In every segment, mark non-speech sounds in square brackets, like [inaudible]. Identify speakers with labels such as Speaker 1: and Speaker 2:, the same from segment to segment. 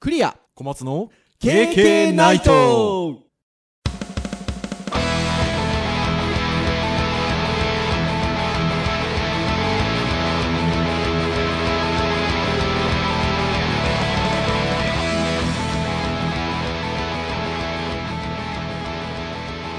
Speaker 1: クリア
Speaker 2: 小松の
Speaker 1: KK ナイト
Speaker 3: ナ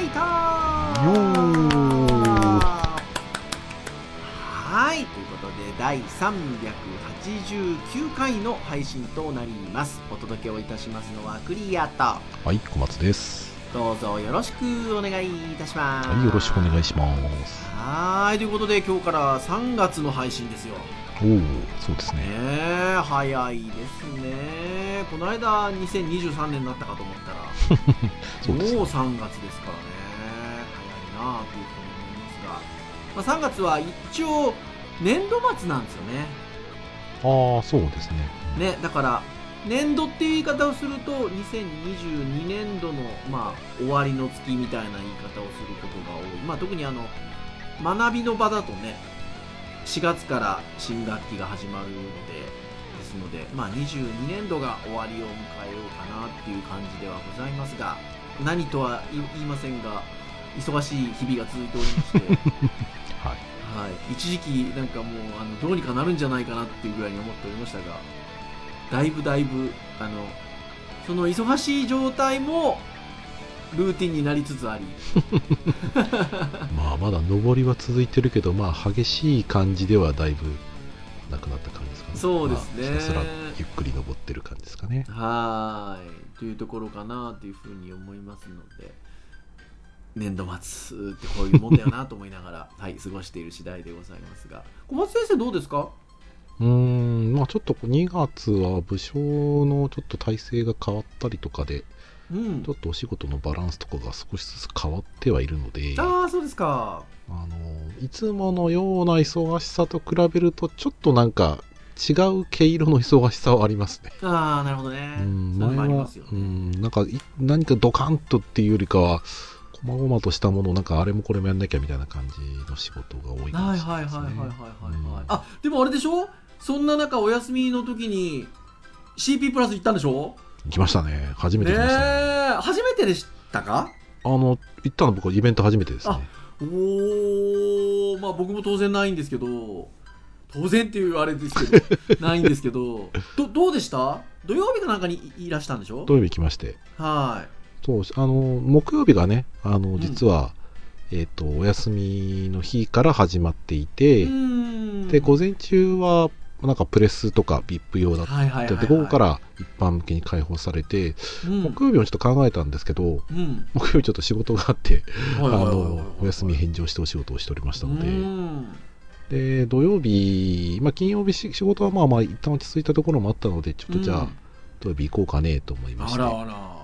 Speaker 3: イトはいということで第389回の配信となりますお届けをいたしますのはクリアと
Speaker 4: はい、小松です。
Speaker 3: どうぞよろしくお願いいたします
Speaker 4: はい、よろしくお願いします。
Speaker 3: はいということで今日から3月の配信ですよね
Speaker 4: おお、そうですね。
Speaker 3: え早いですねこの間2023年になったかと思ったら
Speaker 4: そうです
Speaker 3: もう
Speaker 4: ね。
Speaker 3: 3月ですからね早いなあというふうに思いますが、まあ、3月は一応年度末なんですよね
Speaker 4: ああ、そうですね。
Speaker 3: ねだから年度っていう言い方をすると2022年度の、まあ、終わりの月みたいな言い方をすることが多い、まあ、特にあの学びの場だとね4月から新学期が始まるのでですので、まあ、22年度が終わりを迎えようかなっていう感じではございますが何とは言い言いませんが忙しい日々が続いておりまして。
Speaker 4: はい。
Speaker 3: はい、一時期なんかもうあのどうにかなるんじゃないかなっていうぐらいに思っておりましたがだいぶだいぶあのその忙しい状態もルーティンになりつつあり
Speaker 4: まあ、まだ上りは続いてるけど、まあ、激しい感じではだいぶなくなった感じですかね。
Speaker 3: そうですね
Speaker 4: まあひたすらゆっくり登ってる感じですかね。
Speaker 3: はーいというところかなというふうに思いますので年度末ってこういうもんだよなと思いながら、 [laughs] はい、過ごしている次第でございますが小松先生どうですか
Speaker 4: うーん、まあ、ちょっと2月は武将のちょっと体制が変わったりとかで、
Speaker 3: うん
Speaker 4: ちょっとお仕事のバランスとかが少しずつ変わってはいるので、あ
Speaker 3: ああそうですか
Speaker 4: の、いつものような忙しさと比べると、ちょっとなんか違う毛色の忙しさはありますね。
Speaker 3: ああなるほどね
Speaker 4: うん
Speaker 3: それ
Speaker 4: 前
Speaker 3: もありま
Speaker 4: は
Speaker 3: すよね、
Speaker 4: うんなんかい何かドカンとっていうよりかは細々としたものをなんかあれもこれもやんなきゃみたいな感じの仕事が多いかも
Speaker 3: はい
Speaker 4: しれ
Speaker 3: は
Speaker 4: な
Speaker 3: はい
Speaker 4: いいです
Speaker 3: はいはいはい
Speaker 4: ね。
Speaker 3: はい、
Speaker 4: うん
Speaker 3: あでもあれでしょそんな中お休みの時に CP プラス行ったんでしょ
Speaker 4: 行きましたね。初め
Speaker 3: ねえ
Speaker 4: て行きましたね。
Speaker 3: 初めてでしたか
Speaker 4: あの行ったの僕はイベント初めてですね。
Speaker 3: おおまあ僕も当然ないんですけど当然っていうあれですけどないんですけ
Speaker 4: [laughs]
Speaker 3: どどどうでした土曜日かなんかにいいらしたんでしょ
Speaker 4: 土曜日行きまして。
Speaker 3: は
Speaker 4: そうあの木曜日がねあの
Speaker 3: ん
Speaker 4: 実は、えっ、とお休みの日から始まってい
Speaker 3: い
Speaker 4: て、
Speaker 3: うーん
Speaker 4: で午前中はなんかプレスとか VIP 用だった。
Speaker 3: はいはいはいはい、
Speaker 4: で午後から一般向けに開放されて、
Speaker 3: うん、
Speaker 4: 木曜日もちょっと考えたんですけど、
Speaker 3: うん
Speaker 4: 木曜日ちょっと仕事があって、
Speaker 3: はいは
Speaker 4: あ
Speaker 3: いはいはい
Speaker 4: のお休み返上してお仕事をしておりましたの
Speaker 3: う
Speaker 4: で
Speaker 3: ん
Speaker 4: で土曜日、まあ、金曜日し仕事はまあまあ一旦落ち着いたところもあったのでちょっとじゃあ、
Speaker 3: うん
Speaker 4: 土曜日行こうかねと思いまし
Speaker 3: あ
Speaker 4: て
Speaker 3: らあら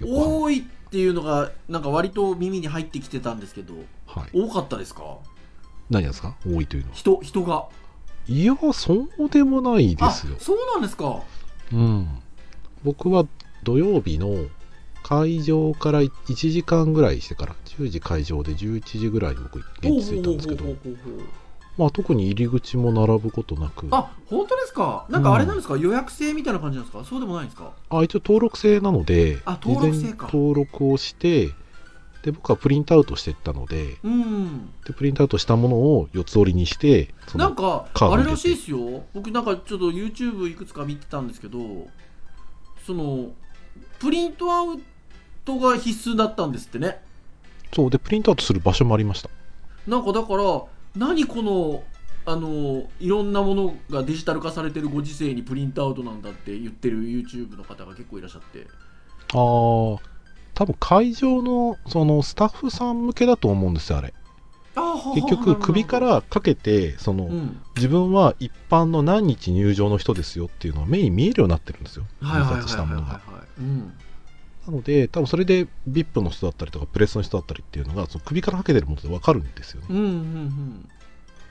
Speaker 4: 横
Speaker 3: 多いっていうのがなんか割と耳に入ってきてたんですけど
Speaker 4: 浜、はい、
Speaker 3: 多かったですか
Speaker 4: 何なんですか多いというのは
Speaker 3: 人人が
Speaker 4: いやそうでもないで
Speaker 3: あ
Speaker 4: すよ、
Speaker 3: そうなんですか
Speaker 4: うん、僕は土曜日の会場から1時間ぐらいしてから10時会場で11時ぐらいに僕現地着いたんですけ
Speaker 3: ほうほ
Speaker 4: ど、
Speaker 3: うほうほうほう
Speaker 4: まあ、特に入り口も並ぶことなく
Speaker 3: あ本当ですかなんかあれなんですか、予約制みたいな感じなんですかそうでもないんですか
Speaker 4: あ一応登録制なので
Speaker 3: あ登録制
Speaker 4: 事前に
Speaker 3: か
Speaker 4: 登録をしてで僕はプリントアウトしていったので
Speaker 3: うん
Speaker 4: でプリントアウトしたものを四つ折りにしてそ
Speaker 3: な
Speaker 4: の
Speaker 3: んか
Speaker 4: カード
Speaker 3: あれ
Speaker 4: 入れて
Speaker 3: らしいですよ僕なんかちょっと YouTube いくつか見てたんですけどそのプリントアウトが必須だったんですってね
Speaker 4: そうでプリントアウトする場所もありました
Speaker 3: なんかだから何このあのいろんなものがデジタル化されてるご時世にプリントアウトなんだって言ってる YouTube の方が結構いらっしゃって
Speaker 4: あー多分会場のそのスタッフさん向けだと思うんですよあれ結局首か、らかけてその、
Speaker 3: うん、
Speaker 4: 自分は一般の何日入場の人ですよっていうのは目に見えるようになってるんですよ
Speaker 3: はいはいはい
Speaker 4: 印刷したものが
Speaker 3: はい、うん、
Speaker 4: なので多分それで VIP の人だったりとかプレスの人だったりっていうのがその首からかけてるもので分かるんですよね
Speaker 3: うんうんうん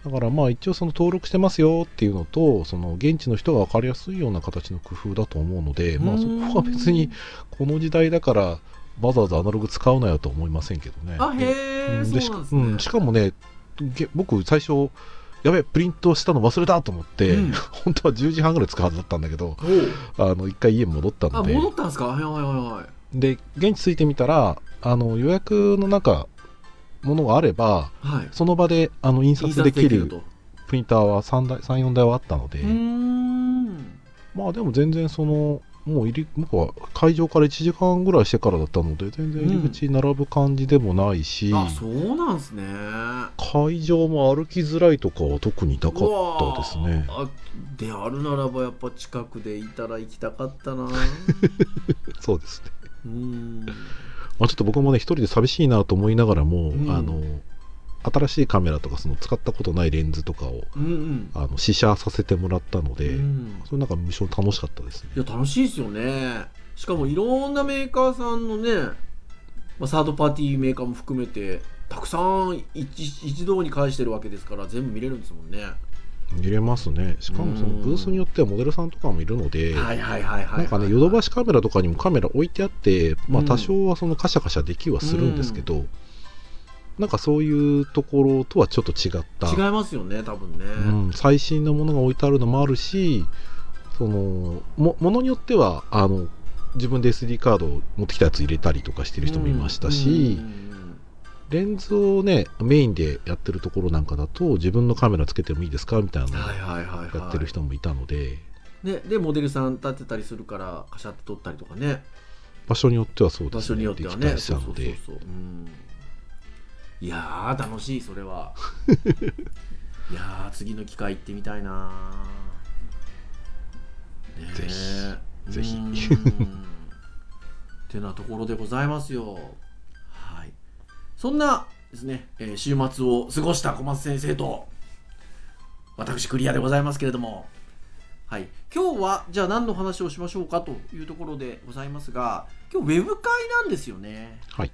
Speaker 4: だからまあ一応その登録してますよっていうのとその現地の人が分かりやすいような形の工夫だと思うのでまあそこは別にこの時代だからわざわざアナログ使うなよとは思いませんけどね。
Speaker 3: あへえ、
Speaker 4: うん
Speaker 3: そう
Speaker 4: で
Speaker 3: な
Speaker 4: しか
Speaker 3: んです
Speaker 4: う
Speaker 3: ね、
Speaker 4: んしかもねげ僕最初やべえプリントしたの忘れたと思って、
Speaker 3: うん
Speaker 4: [laughs] 本当は10時半ぐらい着くはずだったんだけど
Speaker 3: おう
Speaker 4: あの一回家戻った
Speaker 3: あ
Speaker 4: ので
Speaker 3: 戻ったんですかはいはいはいはい
Speaker 4: で現地着いてみたらあの予約の中ものがあれば
Speaker 3: はい
Speaker 4: その場であの印刷でき
Speaker 3: 印刷
Speaker 4: る
Speaker 3: と
Speaker 4: プリンターは34台はあったので、
Speaker 3: うーん
Speaker 4: まあでも全然そのもう入り向こうは会場から1時間ぐらいしてからだったので全然入り口に並ぶ感じでもないし、
Speaker 3: あそうなんすねあ
Speaker 4: 会場も歩きづらいとかは特になかったですね
Speaker 3: であるならばやっぱ近くでいたら行きたかった
Speaker 4: [laughs]
Speaker 3: なう
Speaker 4: そうですね、
Speaker 3: ーん
Speaker 4: まあ、ちょっと僕もね一人で寂しいなと思いながらも、
Speaker 3: うん
Speaker 4: あの新しいカメラとかその使ったことないレンズとかを
Speaker 3: うんうん
Speaker 4: あの試写させてもらったので、
Speaker 3: うん
Speaker 4: それなんか無償楽しかったですね
Speaker 3: いや楽しいですよねしかもいろんなメーカーさんのね、まあ、サードパーティーメーカーも含めてたくさん一一堂に会してるわけですから全部見れるんですもんね、
Speaker 4: 見れますねしかもそのブースによってはモデルさんとかもいるので、
Speaker 3: はいはいはいはいはい
Speaker 4: なんかねヨドバシカメラとかにもカメラ置いてあって、ま
Speaker 3: う
Speaker 4: あ、
Speaker 3: ん
Speaker 4: 多少はそのカシャカシャできはするんですけど、なんかそういうところとはちょっと違った
Speaker 3: 違いますよね多分ね、
Speaker 4: うん、最新のものが置いてあるのもあるしそのもものによってはあの自分で SD カードを持ってきたやつ入れたりとかしてる人もいましたし、
Speaker 3: うん
Speaker 4: レンズをねメインでやってるところなんかだと自分のカメラつけてもいいですかみたいなのを
Speaker 3: はいはいはいはい
Speaker 4: やってる人もいたので、
Speaker 3: ね、でモデルさん立てたりするからカシャって撮ったりとかね
Speaker 4: 場所によってはそうで
Speaker 3: 場
Speaker 4: す
Speaker 3: 所
Speaker 4: ね
Speaker 3: によっては
Speaker 4: できた
Speaker 3: ね
Speaker 4: りした
Speaker 3: そ
Speaker 4: ので
Speaker 3: うそうそうそううんいやー楽しいそれは [laughs] いやー次の機会行ってみたいなねえ
Speaker 4: ぜひぜ
Speaker 3: [laughs]
Speaker 4: ひ
Speaker 3: うーんてなところでございますよはいそんなですね、えー週末を過ごした小松先生と私クリアでございますけれどもはい、今日はじゃあ何の話をしましょうかというところでございますが今日ウェブ会なんですよね。
Speaker 4: はい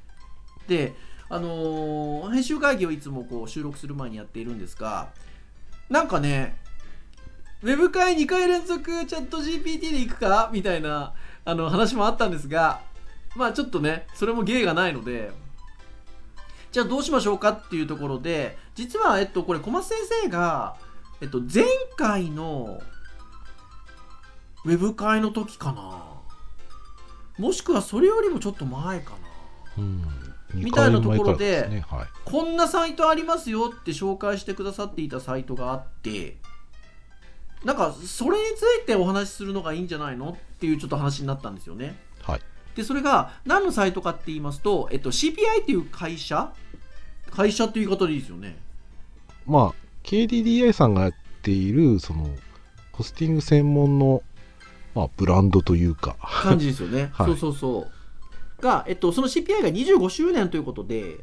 Speaker 3: で、あのー編集会議をいつもこう収録する前にやっているんですがなんかねウェブ会2回連続チャット GPT で行くかみたいなあの話もあったんですがまあちょっとねそれも芸がないのでじゃあどうしましょうかっていうところで実は、えっと、これ小松先生が、えっと、前回のウェブ会の時かなもしくはそれよりもちょっと前かな
Speaker 4: うん
Speaker 3: みたいなところで
Speaker 4: 二回前からすねはい
Speaker 3: こんなサイトありますよって紹介してくださっていたサイトがあってなんかそれについてお話しするのがいいんじゃないのっていうちょっと話になったんですよね。
Speaker 4: はい
Speaker 3: でそれが何のサイトかって言いますと、えっと、CPI っていう会社会社っていう言い方でいいですよね。
Speaker 4: まあ、KDDI さんがやっているそのホスティング専門の、まあ、ブランドというか、
Speaker 3: 感じですよね。
Speaker 4: [laughs] はい
Speaker 3: そうそうそう。が、えっと、その CPI が25周年ということで、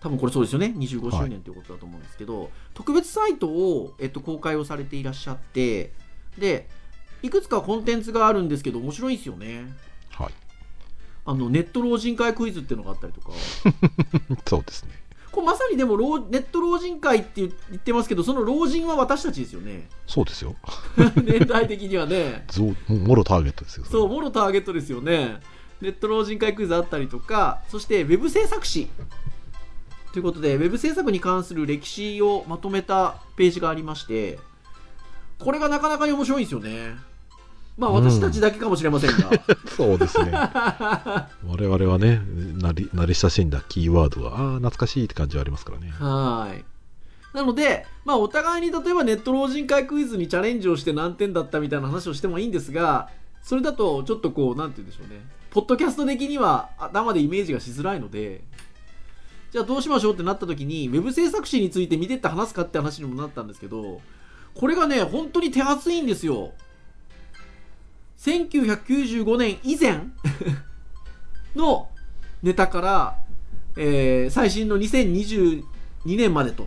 Speaker 3: 多分これそうですよね、25周年ということだと思うんですけど、特別サイトを、えっと、公開をされていらっしゃって、で、いくつかコンテンツがあるんですけど、面白いですよね。
Speaker 4: はい、
Speaker 3: あのネット老人会クイズっていうのがあったりとか、
Speaker 4: そうですね。
Speaker 3: これまさにでも老ネット老人会って言ってますけど、その老人は私たちですよね、 [laughs]
Speaker 4: そうですよ。
Speaker 3: 年代的にはね。
Speaker 4: ゾウもろターゲットですよ。
Speaker 3: そう、もろターゲットですよね。ネット老人会クイズあったりとか、そしてウェブ制作誌。ということで、ウェブ制作に関する歴史をまとめたページがありまして、これがなかなかに面白いんですよね。まあ、
Speaker 4: うん
Speaker 3: 私たちだけかもしれませんが。
Speaker 4: そうです
Speaker 3: [laughs]
Speaker 4: ね。我々はね、なり慣れ親しんだキーワードは、ああ、懐かしいって感じはありますからね。
Speaker 3: はい。なので、まあ、お互いに例えばネット老人会クイズにチャレンジをして何点だったみたいな話をしてもいいんですが、それだとちょっとこう、なんて言うんでしょうね。ポッドキャスト的には頭でイメージがしづらいので、じゃあどうしましょうってなった時に、ウェブ制作誌について見てって話すかって話にもなったんですけど、これがね、本当に手厚いんですよ。1995年以前 [laughs] のネタから、えー最新の2022年までと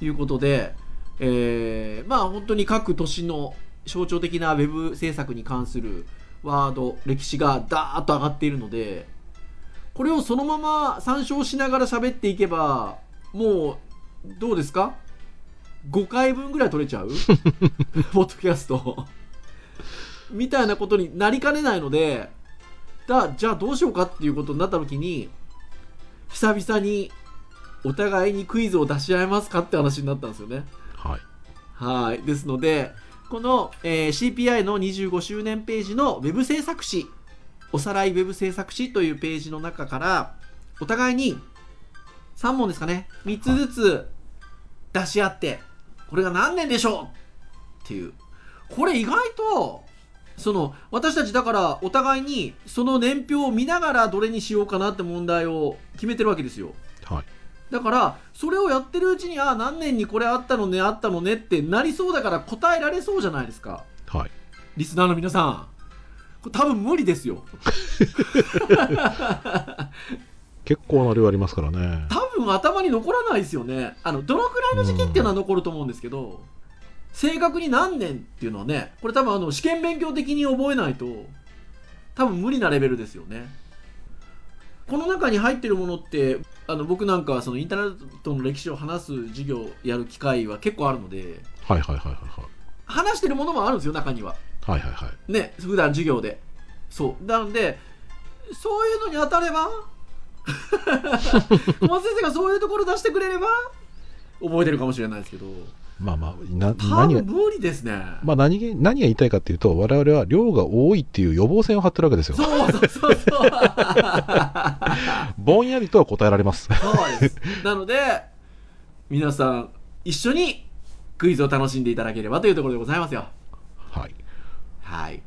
Speaker 3: いうことで、えーまあ本当に各年の象徴的なウェブ制作に関するワード歴史がダーッと上がっているのでこれをそのまま参照しながら喋っていけばもうどうですか5回分ぐらい取れちゃうポッドキャストみたいなことになりかねないのでだじゃあどうしようかっていうことになった時に久々にお互いにクイズを出し合いますかって話になったんですよね。
Speaker 4: はい。
Speaker 3: はい。ですので、この、えー CPI の25周年ページのウェブ制作誌、おさらいウェブ制作誌というページの中から、お互いに3問ですかね、3つずつ出し合って、これが何年でしょうっていう。これ意外と、その、私たちだからお互いにその年表を見ながらどれにしようかなって問題を決めてるわけですよ。
Speaker 4: はい。
Speaker 3: だからそれをやってるうちにああ何年にこれあったのねあったのねってなりそうだから答えられそうじゃないですか
Speaker 4: はい。
Speaker 3: リスナーの皆さんこれ多分無理ですよ
Speaker 4: 結構な量ありますからね。
Speaker 3: 多分頭に残らないですよねあのどのくらいの時期っていうのは残ると思うんですけど、正確に何年っていうのはねこれ多分あの試験勉強的に覚えないと多分無理なレベルですよねこの中に入ってるものってあの僕なんかはそのインターネットの歴史を話す授業やる機会は結構あるので
Speaker 4: はいはいはいはい
Speaker 3: 話してるものもあるんですよ中には
Speaker 4: はい。はいはいはい。
Speaker 3: ね普段授業でそうなのでそういうのに当た
Speaker 4: [laughs]
Speaker 3: れば小松先生がそういうところ出してくれれば覚えてるかもしれないですけど
Speaker 4: まあまあ、な
Speaker 3: 多
Speaker 4: 何が
Speaker 3: 分、無理ですね、
Speaker 4: まあ何げ何が言いたいかっていうと、我々は量が多いっていう予防線を張ってるわけですよ。
Speaker 3: そうそうそうそう
Speaker 4: ぼんやりとは答えられます。
Speaker 3: そうですなので皆さん一緒にクイズを楽しんでいただければというところでございますよ
Speaker 4: はい。
Speaker 3: はい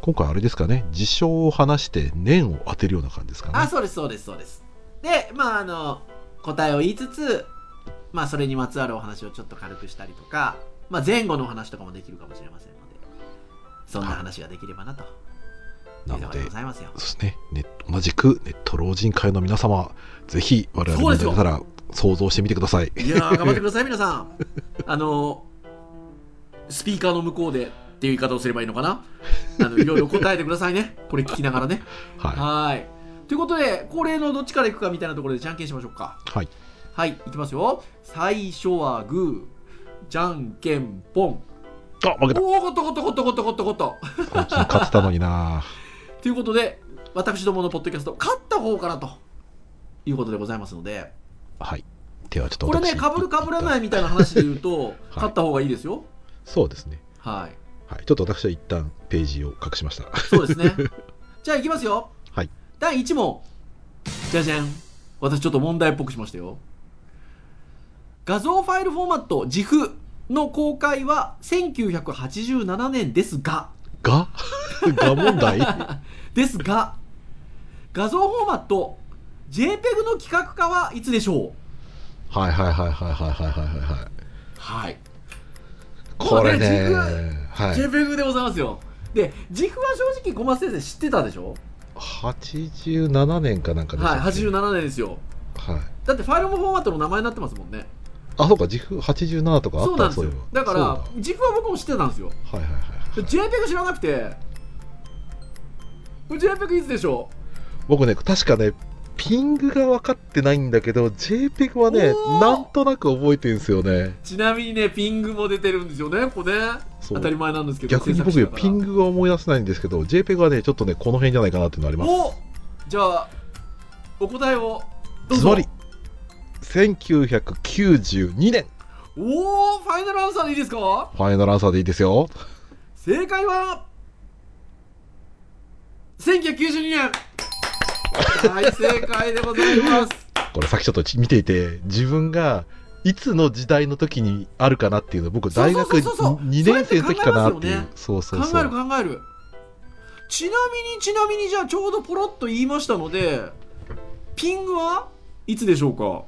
Speaker 4: 今回あれですかね、事象を話して年を当てるような感じですか
Speaker 3: あ
Speaker 4: ね。
Speaker 3: そうですそうですそうですでまああの答えを言いつつまあそれにまつわるお話をちょっと軽くしたりとか、まあ、前後のお話とかもできるかもしれませんのでそんな話ができればなと
Speaker 4: な
Speaker 3: いうと
Speaker 4: の
Speaker 3: こ
Speaker 4: で
Speaker 3: ろでご、ざいますよ
Speaker 4: そうですねね、同じくネット老人会の皆様、ぜひ我々
Speaker 3: そう
Speaker 4: の
Speaker 3: ですよ
Speaker 4: 中から想像してみてください。
Speaker 3: いやー頑張ってください皆さんあのスピーカーの向こうでっていう言い方をすればいいのかなあのいろいろ答えてくださいねこれ聞きながらね
Speaker 4: は
Speaker 3: はいということで恒例のどっちからいくかみたいなところでじゃんけんしましょうか
Speaker 4: い。はい。
Speaker 3: はい、いきますよ。最初はグー、じゃんけんぽん。
Speaker 4: あ、負けた。
Speaker 3: おお、ゴトゴトゴトゴトゴトゴト。
Speaker 4: 最近勝ってたのにな。
Speaker 3: ということで、私どものポッドキャスト、勝った方からということでございますので、
Speaker 4: はい。ではちょっと
Speaker 3: これね、
Speaker 4: 私
Speaker 3: かぶるかぶらないみたいな話で言う
Speaker 4: [laughs]
Speaker 3: と、勝った方がいいですよ。
Speaker 4: そうですね。
Speaker 3: はい、
Speaker 4: はい。ちょっと私は一旦ページを隠しました。
Speaker 3: そうです
Speaker 4: [laughs]
Speaker 3: ね。じゃあ、いきますよ。
Speaker 4: はい。
Speaker 3: 第1問。じゃじゃん。私、ちょっと問題っぽくしましたよ。画像ファイルフォーマット、GIF の公開は1987年ですが、
Speaker 4: [laughs] がが問題
Speaker 3: ですが画像フォーマット JPEG の規格化はいつでしょう
Speaker 4: はいはいはいはいはいはいはいはい。
Speaker 3: はい、
Speaker 4: これね
Speaker 3: これね。
Speaker 4: はい。
Speaker 3: JPEG でございますよで GIF は正直小松先生知ってたでしょ
Speaker 4: 87年かなんかでし
Speaker 3: はい
Speaker 4: たっけ
Speaker 3: 87年ですよ
Speaker 4: はい。
Speaker 3: だってファイルもフォーマットの名前になってますもんね
Speaker 4: あ、そうか、時空87とかあった
Speaker 3: そうなんですよ
Speaker 4: いえば
Speaker 3: だか
Speaker 4: そう
Speaker 3: ら GIF は僕も知ってたんですよ
Speaker 4: だはいはいはい、はい。
Speaker 3: JPEG 知らなくてこれ JPEG いつでしょ
Speaker 4: 僕ね、確かね、ピングが分かってないんだけど、JPEG はね
Speaker 3: おー、
Speaker 4: なんとなく覚えてるんですよね。
Speaker 3: うちなみにねピングも出てるんですよねこれね
Speaker 4: そ
Speaker 3: 当たり
Speaker 4: う
Speaker 3: 前なんですけど
Speaker 4: 逆に
Speaker 3: 制
Speaker 4: 僕、
Speaker 3: 作者だから
Speaker 4: ピングが思い出せないんですけど、JPEG はね、ちょっとね、この辺じゃないかなっていうのあります。
Speaker 3: おじゃあお答えをどう
Speaker 4: ズ
Speaker 3: ぞ
Speaker 4: バリ1992年
Speaker 3: おおファイナルアンサーでいいですか
Speaker 4: ファイナルアンサーでいいですよ。
Speaker 3: 正解は1992年はい正解でございます
Speaker 4: これさっきちょっと見ていて、自分がいつの時代の時にあるかなっていうの、僕、大学
Speaker 3: そうそうそうそう
Speaker 4: 2年生の時かなって
Speaker 3: それって考えます
Speaker 4: い
Speaker 3: よ
Speaker 4: う
Speaker 3: ね。
Speaker 4: そうそう
Speaker 3: 考
Speaker 4: そ
Speaker 3: える考
Speaker 4: う。
Speaker 3: えるちなみにちなみにじゃあちょうどポロッと言いましたのでピングはいつでしょうか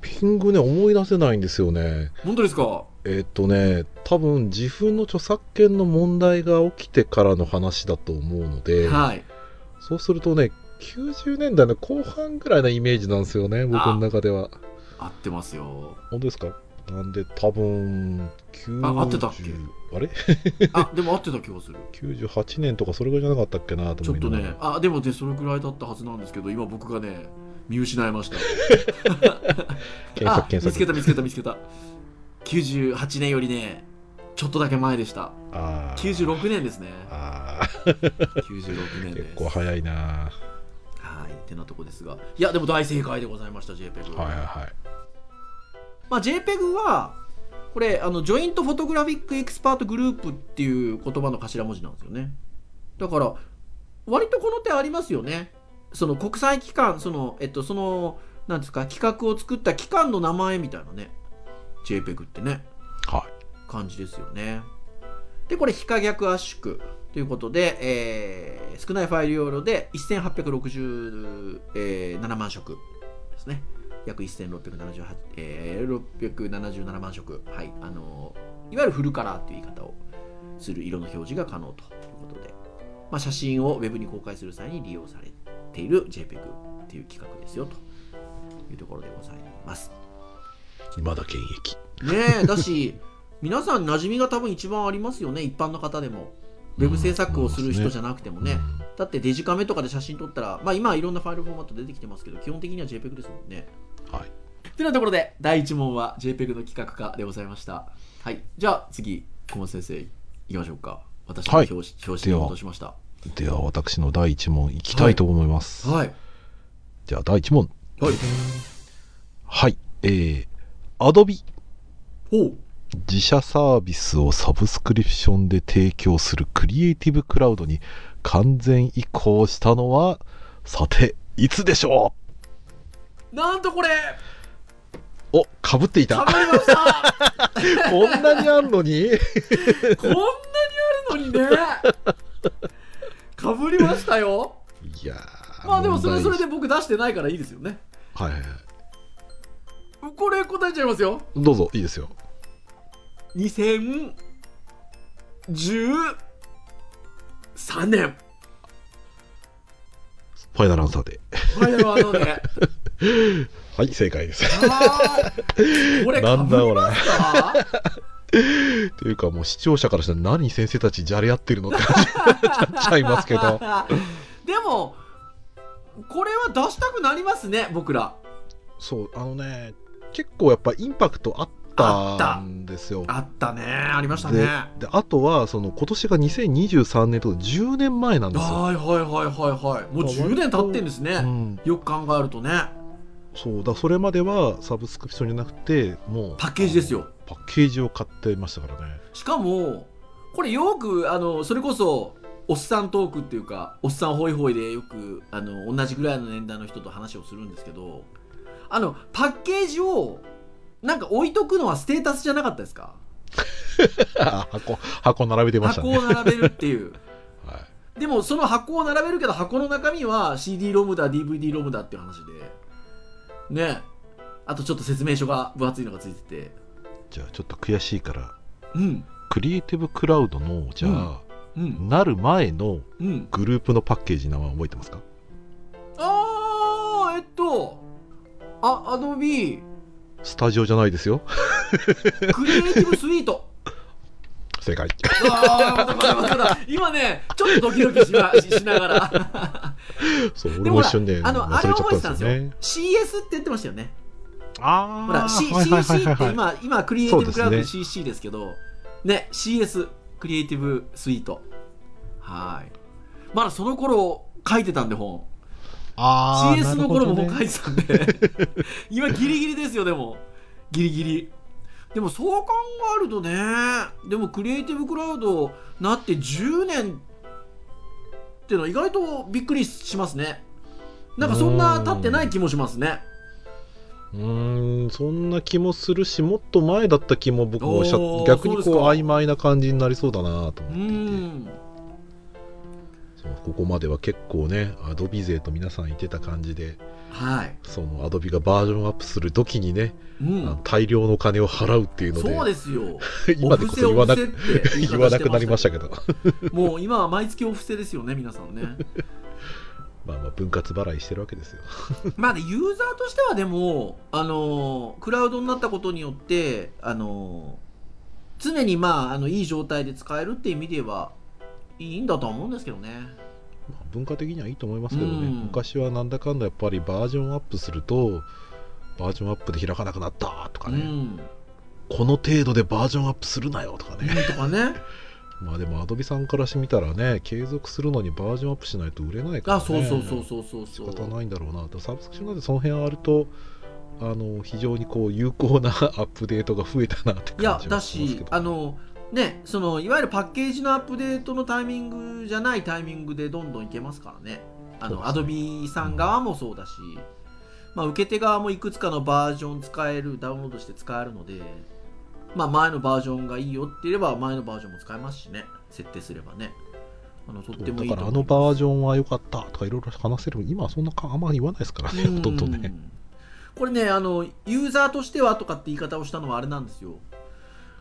Speaker 4: ピングね、思い出せないんですよね。
Speaker 3: 本当ですか
Speaker 4: えっとね、多分自分の著作権の問題が起きてからの話だと思うので、
Speaker 3: はい
Speaker 4: そうするとね、90年代の後半ぐらいのイメージなんですよね、僕の中では。
Speaker 3: 合ってますよ
Speaker 4: 本当ですかなんで多分90
Speaker 3: あ合ってたっけ
Speaker 4: あれ
Speaker 3: あでも合ってた気
Speaker 4: [laughs]
Speaker 3: がする
Speaker 4: 98年とかそれぐらいじゃなかったっけなと
Speaker 3: ちょ
Speaker 4: 思
Speaker 3: っと
Speaker 4: いながら
Speaker 3: ね、あでもね、それくらいだったはずなんですけど、今僕がね、見失いました。
Speaker 4: 検
Speaker 3: あ
Speaker 4: 索
Speaker 3: 見
Speaker 4: 検
Speaker 3: つけ
Speaker 4: 索
Speaker 3: た見つけた見つけた。98年よりね、ちょっとだけ前でした。
Speaker 4: あー
Speaker 3: 96年ですね。
Speaker 4: あー
Speaker 3: 96年
Speaker 4: 結
Speaker 3: です。
Speaker 4: 構早いな
Speaker 3: はい、ってなとこですが。いや、でも大正解でございました、JPEG。
Speaker 4: はいはいはい
Speaker 3: まあ、JPEG は、ここれあのジョイントフォトグラフィックエキスパートグループっていう言葉の頭文字なんですよねだから割とこの手ありますよねその国際機関そのえっとそのなんですか企画を作った機関の名前みたいなね JPEG ってね
Speaker 4: は
Speaker 3: 感じですよねでこれ非可逆圧縮ということで、えー少ないファイル容量で1867万色ですね約1678、えー、677万色、はいあのーいわゆるフルカラーという言い方をする色の表示が可能ということで、まあ、写真をウェブに公開する際に利用されている JPEG っていう企画ですよというところでございます。
Speaker 4: い。まだ現役。
Speaker 3: ねえだし皆さん馴染みが多分一番ありますよね一般の方でもウェブ制作をする人じゃなくてもね、だってデジカメとかで写真撮ったら、まあ、今はいろんなファイルフォーマット出てきてますけど基本的には JPEG ですもんね
Speaker 4: はい
Speaker 3: てなところで第1問は JPEG の企画化でございましたはいじゃあ次小松先生いきましょうか私の
Speaker 4: はい
Speaker 3: 表紙,、表紙に戻しました
Speaker 4: では私の第1問いきたいと思います。
Speaker 3: はい
Speaker 4: じゃあ第1問。
Speaker 3: はい
Speaker 4: はい。えー、Adobe
Speaker 3: ほう
Speaker 4: 自社サービスをサブスクリプションで提供するクリエイティブクラウドに完全移行したのは、さて、いつでしょ
Speaker 3: なんとこれ
Speaker 4: うお、かぶってい
Speaker 3: 食
Speaker 4: た。
Speaker 3: べました
Speaker 4: こんなにあんの
Speaker 3: [laughs]
Speaker 4: に
Speaker 3: こんなにあるのにねかぶりましたよ
Speaker 4: いやー
Speaker 3: まあでもそれはそれ
Speaker 4: 問題
Speaker 3: で僕出してないからいいですよね。
Speaker 4: はいはいはい。
Speaker 3: これ答えちゃいますよ。
Speaker 4: どうぞ、いいですよ。
Speaker 3: 2013年。
Speaker 4: ファイナルアンサーで。
Speaker 3: ファイナルワードで。
Speaker 4: はい、正解です。 [laughs]
Speaker 3: あーこれか
Speaker 4: なん
Speaker 3: ぶ
Speaker 4: だ
Speaker 3: り
Speaker 4: これ
Speaker 3: ますか
Speaker 4: というかもう視聴者からしたら何先生たちじゃれ合ってるの
Speaker 3: [laughs]
Speaker 4: って感じになっちゃいますけど
Speaker 3: でも、これは出したくなりますね、僕ら。
Speaker 4: そうあのね結構やっぱインパクトあったんですよ
Speaker 3: あったね、ありました
Speaker 4: で
Speaker 3: ね。
Speaker 4: であとはその今年が2023年と10年前なんですよ、
Speaker 3: はいはいはいはいはい。もう10年経ってんです
Speaker 4: う
Speaker 3: ね。
Speaker 4: ん、
Speaker 3: よく考えるとね。
Speaker 4: そうだそれまではサブスクリプションじゃなくてもう
Speaker 3: パッケージですよ。
Speaker 4: パッケージを買ってましたから
Speaker 3: [laughs]
Speaker 4: ね
Speaker 3: しかもこれよくあのそれこそおっさんトークっていうかおっさんホイホイでよくあの同じぐらいの年代の人と話をするんですけどあのパッケージをなんか置いとくのはステータスじゃなかったですか
Speaker 4: 箱箱並べてました
Speaker 3: 箱
Speaker 4: ね、
Speaker 3: を並べるっていう
Speaker 4: はい、
Speaker 3: でもその箱を並べるけど箱の中身は CD ロムだ DVD ロムだっていう話でねあとちょっと説明書が分厚いのがついてて
Speaker 4: じゃあちょっと悔しいから
Speaker 3: うん
Speaker 4: クリエイティブクラウドのじゃあ、
Speaker 3: うん
Speaker 4: なる前の
Speaker 3: うん
Speaker 4: グループのパッケージ名前覚えてますか
Speaker 3: ああえっとあアドビ
Speaker 4: スタジオじゃないですよ。 [laughs]
Speaker 3: クリエイティブスイート [laughs]
Speaker 4: 正解。
Speaker 3: ああまたまたまたまた今ねちょっとドキドキしなししながら [laughs]
Speaker 4: そう、
Speaker 3: で
Speaker 4: 俺
Speaker 3: も
Speaker 4: も
Speaker 3: ほ
Speaker 4: 一
Speaker 3: ら
Speaker 4: 緒にね、
Speaker 3: あのあ
Speaker 4: 忘
Speaker 3: れ
Speaker 4: れ
Speaker 3: を
Speaker 4: ちゃっ
Speaker 3: 覚えて
Speaker 4: た
Speaker 3: た
Speaker 4: ん
Speaker 3: ん
Speaker 4: で
Speaker 3: ですす
Speaker 4: よ
Speaker 3: よ
Speaker 4: ね。
Speaker 3: CS って言ってましたよね
Speaker 4: あ
Speaker 3: ほら、C、CC って今今クリエイティブクラウドで CC ですけどね CS クリエイティブスイートはいまだその頃書いてたんで本
Speaker 4: あー
Speaker 3: CS の頃ももう書
Speaker 4: ね
Speaker 3: いてたんで、 [laughs] 今ギリギリですよでもギリギリでもそう考えるとねでもクリエイティブクラウドなって10年ってのは意外とびっくりしますねなんかそんな経ってない気もしますね
Speaker 4: うーん、そんな気もするし、もっと前だった気も僕もしちゃ
Speaker 3: おー
Speaker 4: 逆に
Speaker 3: そう
Speaker 4: こう
Speaker 3: です
Speaker 4: 曖昧な感じになりそうだなと
Speaker 3: う
Speaker 4: 思っていて、
Speaker 3: ん
Speaker 4: そうここまでは結構ね、アドビ勢と皆さん言ってた感じで、
Speaker 3: はい、
Speaker 4: そのアドビがバージョンアップする時にね、
Speaker 3: う
Speaker 4: あの
Speaker 3: ん、
Speaker 4: 大量のお金を払うっていうの
Speaker 3: そう
Speaker 4: で、
Speaker 3: ですよ
Speaker 4: 今でこそ言わなく
Speaker 3: お布施お布施って
Speaker 4: [laughs] 言わなくなりました
Speaker 3: け
Speaker 4: けど、
Speaker 3: どもう今は毎月お布施ですよね皆さんね
Speaker 4: まあまあ分割払いしてるわけですよ。
Speaker 3: まあね、ユーザーとしてはでも、あのークラウドになったことによって、あのー常にまあ、あの、いい状態で使えるっていう意味では、いいんだとは思うんですけどね。
Speaker 4: まあ文化的にはいいと思いますけどね、
Speaker 3: うん
Speaker 4: 昔はなんだかんだやっぱりバージョンアップするとバージョンアップで開かなくなったとか
Speaker 3: う
Speaker 4: ね、
Speaker 3: ん。
Speaker 4: この程度でバージョンアップするなよとかね、
Speaker 3: とかね。
Speaker 4: まあでもアドビさんからしてみたらね継続するのにバージョンアップしないと売れないから、
Speaker 3: あ、
Speaker 4: ね、
Speaker 3: そうそうそうそうそうそ
Speaker 4: 仕方
Speaker 3: う。
Speaker 4: ないんだろうなとサブスクリプションなんてその辺あるとあの非常にこう有効なアップデートが増えたなって
Speaker 3: いや
Speaker 4: 感じ
Speaker 3: だ
Speaker 4: はしますけ
Speaker 3: し
Speaker 4: ど
Speaker 3: あのねそのいわゆるパッケージのアップデートのタイミングじゃないタイミングでどんどんいけますからねあのア
Speaker 4: そ
Speaker 3: ド
Speaker 4: うで
Speaker 3: ビさん側もそうだし、まあ、受け手側もいくつかのバージョン使えるダウンロードして使えるので、まあ、前のバージョンがいいよって言えば前のバージョンも使えますしね設定すればねあのとってもいい
Speaker 4: だ
Speaker 3: と思
Speaker 4: からあ
Speaker 3: い
Speaker 4: の
Speaker 3: ます
Speaker 4: バージョンは良かったとかいろいろ話せる今はそんなかあんまり言わないですからね
Speaker 3: うん
Speaker 4: ほとんどね
Speaker 3: これねあのユーザーとしてはとかって言い方をしたのはあれなんですよ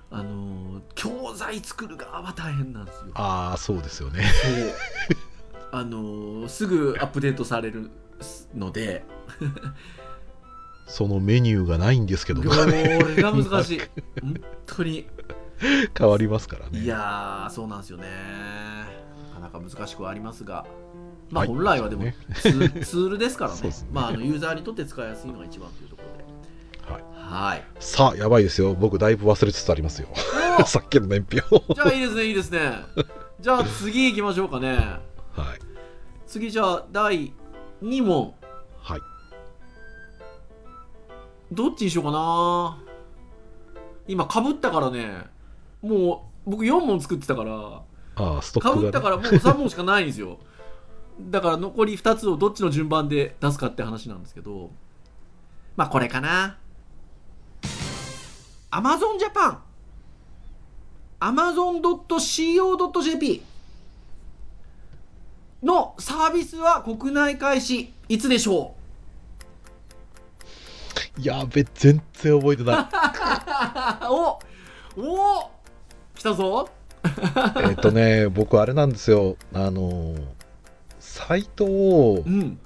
Speaker 3: あの教材作る側は大変なんですよ
Speaker 4: ああそうですよね
Speaker 3: そう [laughs] あのすぐアップデートされるので
Speaker 4: そのメニューがないんですけど
Speaker 3: こ
Speaker 4: とかね
Speaker 3: れが難しい本当に
Speaker 4: 変わりますからね
Speaker 3: いやーそうなんですよねなかなか難しくはありますがまあ
Speaker 4: はい
Speaker 3: 本来はでも
Speaker 4: そ
Speaker 3: ツ
Speaker 4: う
Speaker 3: ー,、ツールですからね
Speaker 4: そうですね
Speaker 3: まああのユーザーにとって使いやすいのが一番というところで
Speaker 4: はい
Speaker 3: はい
Speaker 4: さあやばいですよ僕だいぶ忘れつつありますよ [laughs] さっきの年表
Speaker 3: じゃあいいですねいいですねじゃあ次行きましょうかね
Speaker 4: はい
Speaker 3: 次じゃあ第2問
Speaker 4: はい
Speaker 3: どっちにしようかな今かぶったからねもう僕4問作ってたから
Speaker 4: ああスト
Speaker 3: か
Speaker 4: ッ
Speaker 3: ぶっ
Speaker 4: ク
Speaker 3: た
Speaker 4: が、
Speaker 3: からも
Speaker 4: ね、
Speaker 3: う3問しかないんですよだから残り2つをどっちの順番で出すかって話なんですけどまあこれかな Amazon Japan Amazon.co.jp のサービスは国内開始いつでしょ
Speaker 4: やべ全然覚え
Speaker 3: [laughs]
Speaker 4: てな
Speaker 3: うおお来たぞ
Speaker 4: いえっとね僕あれなんですよあのーサイトを
Speaker 3: うん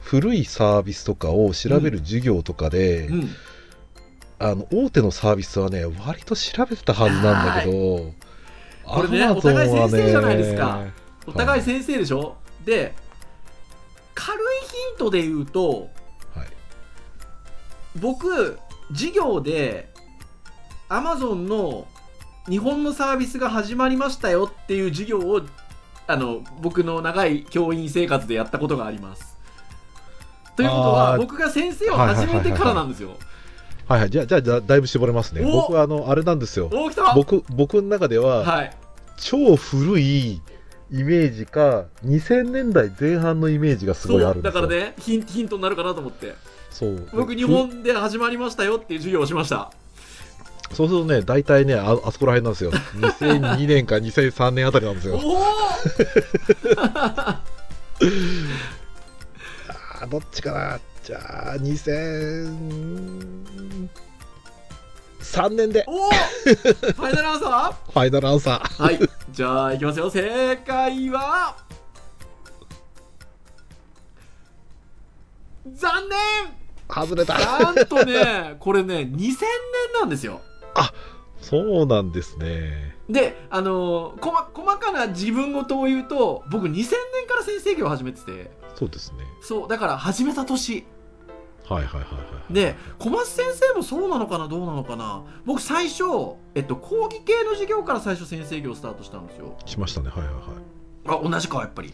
Speaker 4: 古いサービスとかを調べる授業とかで、
Speaker 3: うん
Speaker 4: あの大手のサービスはね割と調べてたはずなんだけど
Speaker 3: これねお互い先生じゃないですかお互い
Speaker 4: は
Speaker 3: 先生でしょ、で軽いヒントで言うと
Speaker 4: はい
Speaker 3: 僕授業で Amazon の日本のサービスが始まりましたよっていう授業をあの僕の長い教員生活でやったことがあります。ということ
Speaker 4: あ
Speaker 3: は
Speaker 4: ー
Speaker 3: 僕が先生を始めてからなんですよ。
Speaker 4: はいはいじゃあじゃあじゃあだいぶ絞れますね
Speaker 3: お
Speaker 4: 僕はあのあれなんですよ
Speaker 3: 大きさは
Speaker 4: 僕僕の中では、
Speaker 3: はい
Speaker 4: 超古いイメージか2000年代前半のイメージがすごいあ
Speaker 3: そ
Speaker 4: る
Speaker 3: うん
Speaker 4: で
Speaker 3: だ
Speaker 4: す
Speaker 3: か
Speaker 4: よ
Speaker 3: らねヒンヒントになるかなと思って
Speaker 4: そう
Speaker 3: 僕日
Speaker 4: ふ
Speaker 3: 本で始まりましたよっていう授業をしました。
Speaker 4: そうするとね大体ねああそこら辺なんですよ2002年か2003年あたりなんです
Speaker 3: お
Speaker 4: よ
Speaker 3: お
Speaker 4: [laughs] あーどっちかなじゃあ2003年で
Speaker 3: おおファイナルアンサ
Speaker 4: ファイナルアンサー
Speaker 3: ーはいじゃあいきますよ正解は残念
Speaker 4: 外れた
Speaker 3: なんとねこれね2000年なんですよ
Speaker 4: そうなんですね
Speaker 3: であのーこま細かな自分事を言うと僕2000年から先生業を始めてて
Speaker 4: そうですね
Speaker 3: そうだから始めた年
Speaker 4: はいはいはいはい
Speaker 3: で小松先生もそうなのかなどうなのかな僕最初、えっと、講義系の授業から最初先生業スタートしたんですよ
Speaker 4: しましたねはいはいはい
Speaker 3: あ同じかやっぱり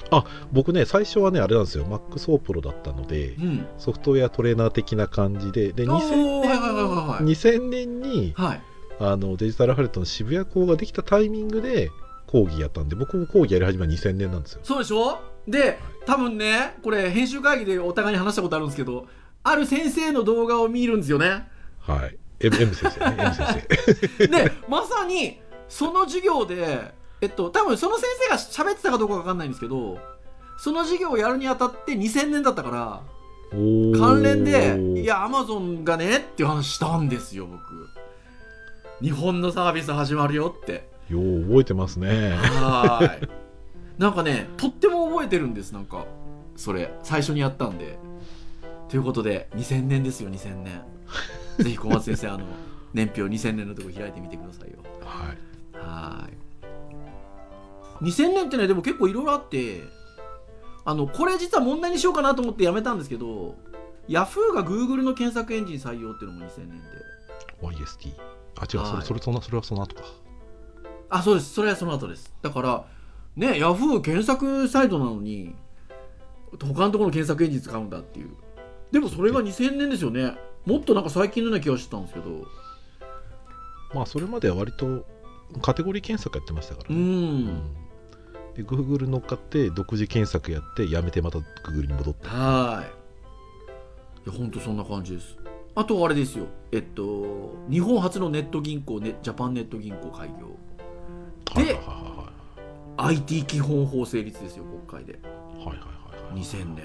Speaker 4: 僕ね最初はねあれなんですよ Mac ソープロだったので
Speaker 3: うん
Speaker 4: ソフトウェアトレーナー的な感じでで
Speaker 3: おー
Speaker 4: 2000
Speaker 3: はいはいはいはいはい
Speaker 4: 2000年に
Speaker 3: はい。
Speaker 4: あのデジタルハレットの渋谷校ができたタイミングで講義やったんで僕も講義やり始めは2000年なんですよ
Speaker 3: そうでしょで、多分ね、これ編集会議でお互いに話したことあるんですけど、ある先生の動画を見るんですよね。
Speaker 4: はい M, M 先生ね M 先 [laughs]
Speaker 3: で、まさに、その授業で、えっと、多分その先生が喋ってたかどうかわかんないんですけど、その授業をやるにあたって2000年だったから、
Speaker 4: 生お
Speaker 3: [laughs]
Speaker 4: ー
Speaker 3: 関連で、いや、アマゾンがねっていう話したんですよ、僕。日本のサービス始まるよって。
Speaker 4: よう覚えてますね
Speaker 3: はーい。なんかね、とっても覚えてるんです、なんか、それ、最初にやったんで。ということで、2000年ですよ、2000年。ぜひ小松先生、あの、年表2000年のとこ開いてみてくださいよ。
Speaker 4: はい
Speaker 3: はーい。2000年ってね、でも結構いろいろあって、あの、これ実は問題にしようかなと思ってやめたんですけど、Yahoo が Google の検索エンジン採用っていうのも2000年で。
Speaker 4: YST あ違う、
Speaker 3: はい
Speaker 4: それそれそんなそれはその後か
Speaker 3: あそうですそれはその後ですだからねヤフー検索サイトなのに他のところの検索エンジン使うんだっていうでもそれが2000年ですよねもっとなんか最近のような気がしてたんですけど
Speaker 4: まあそれまでは割とカテゴリー検索やってましたから
Speaker 3: う
Speaker 4: ね、
Speaker 3: ん
Speaker 4: で Google 乗っかって独自検索やってやめてまた Google に戻って
Speaker 3: はいいやほんとそんな感じですあとあれですよえっと日本初のネット銀行ねジャパンネット銀行開業
Speaker 4: はいはいはい
Speaker 3: IT 基本法成立ですよ国会で
Speaker 4: はいはいはいはい
Speaker 3: 2000年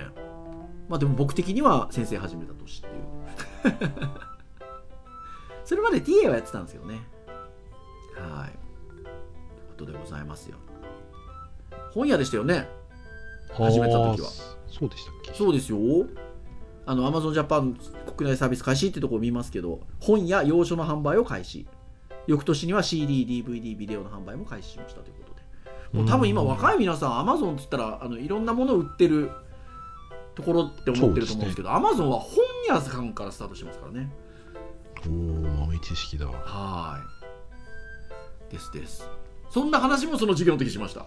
Speaker 3: まあでも僕的には先生始めた年っていうそれまで TA はやってたんですよねはいことでございますよ本屋でしたよね始めた時は
Speaker 4: あーそうでしたっけ
Speaker 3: そうですよあの AmazonJapan 国内サービス開始ってところ見ますけど本や洋書の販売を開始翌年には CDDVD ビデオの販売も開始しましたということでもう多分今若い皆さん Amazon って言ったらあのいろんなものを売ってるところって思ってると思うんですけど Amazon は本屋さんからスタートしてますからね
Speaker 4: おお豆知識だ
Speaker 3: はいですですそんな話もその授業の時しましたっ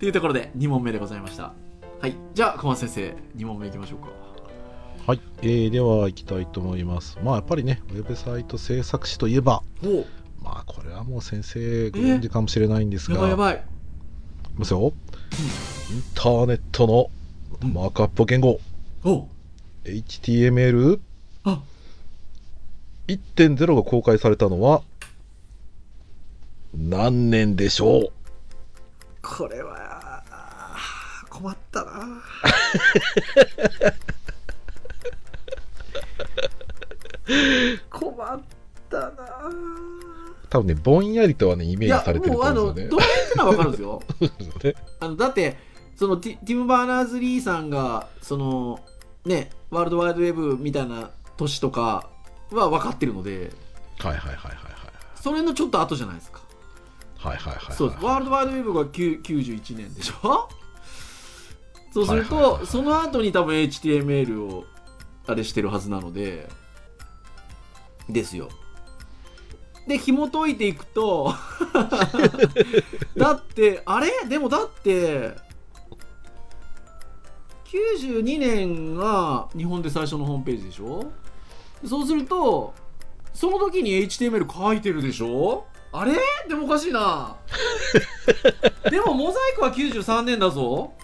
Speaker 3: ていうところで2問目でございましたはいじゃあ小松先生2問目いきましょうか
Speaker 4: はい、えーでは行きたいと思いますまあやっぱりねウェブサイト制作士といえば
Speaker 3: お
Speaker 4: まあこれはもう先生ご存知かもしれないんです
Speaker 3: や
Speaker 4: が
Speaker 3: ばいやばい
Speaker 4: いきますよインターネットのマークアップ言語
Speaker 3: お
Speaker 4: HTML1.0
Speaker 3: あ
Speaker 4: が公開されたのは何年でしょう
Speaker 3: これはあー困ったな困ったな
Speaker 4: 多分ねぼんやりとはねイメ
Speaker 3: い
Speaker 4: ー
Speaker 3: や
Speaker 4: ジされてる
Speaker 3: も
Speaker 4: と
Speaker 3: うあ
Speaker 4: 思
Speaker 3: の
Speaker 4: うん
Speaker 3: ど
Speaker 4: で
Speaker 3: れ
Speaker 4: す
Speaker 3: ってのは分かるんですよ
Speaker 4: よね。
Speaker 3: あのだってそのティティム・バーナーズ・リーさんがそのねワールドワイドウェブみたいな年とかは分かってるので
Speaker 4: [laughs] はいはいはいはいはい
Speaker 3: それのちょっと後じゃないですか
Speaker 4: はいはいはい
Speaker 3: そうですワールドワイドウェブが9 91年でしょそうすると、
Speaker 4: はいはいはい
Speaker 3: その後に多分 HTML をあれしてるはずなのでですよで紐解いていくと [laughs] だってあれでもだって92年が日本で最初のホームページでしょそうするとその時に HTML 書いてるでしょあれでもおかしい
Speaker 4: [laughs]
Speaker 3: なでもモザイクは93年だぞ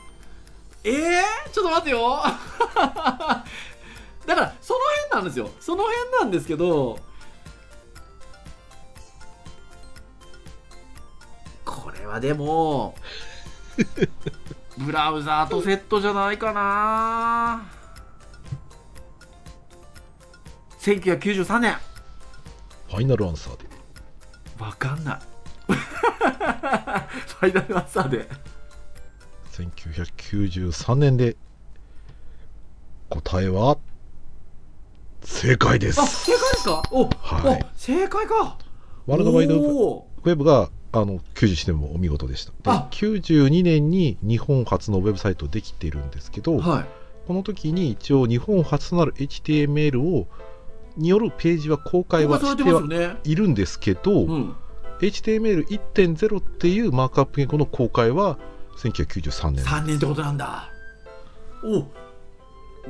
Speaker 3: えー、ちょっと待ってよ [laughs] だからその辺なんですよその辺なんですけどこれはでもブラウザーとセットじゃないかな1993年
Speaker 4: ファイナルアンサーで
Speaker 3: わかんない [laughs] ファイナルアンサーで
Speaker 4: 1993年で答えは正解で
Speaker 3: あ
Speaker 4: す
Speaker 3: 正解ですかお、
Speaker 4: はい
Speaker 3: お正解か
Speaker 4: ワールドワイドウ
Speaker 3: お
Speaker 4: ェブがあの91年もお見事でしたで
Speaker 3: あ
Speaker 4: 92年に日本初のウェブサイトできてるんですけど
Speaker 3: ーはい
Speaker 4: この時に一応日本初となる HTML をによるページは公開
Speaker 3: 今
Speaker 4: は
Speaker 3: され
Speaker 4: してて
Speaker 3: ます
Speaker 4: は
Speaker 3: よね
Speaker 4: いるんですけど、
Speaker 3: うん、
Speaker 4: HTML1.0 っていうマークアップ言語の公開は1993年
Speaker 3: 3年ってことなんだお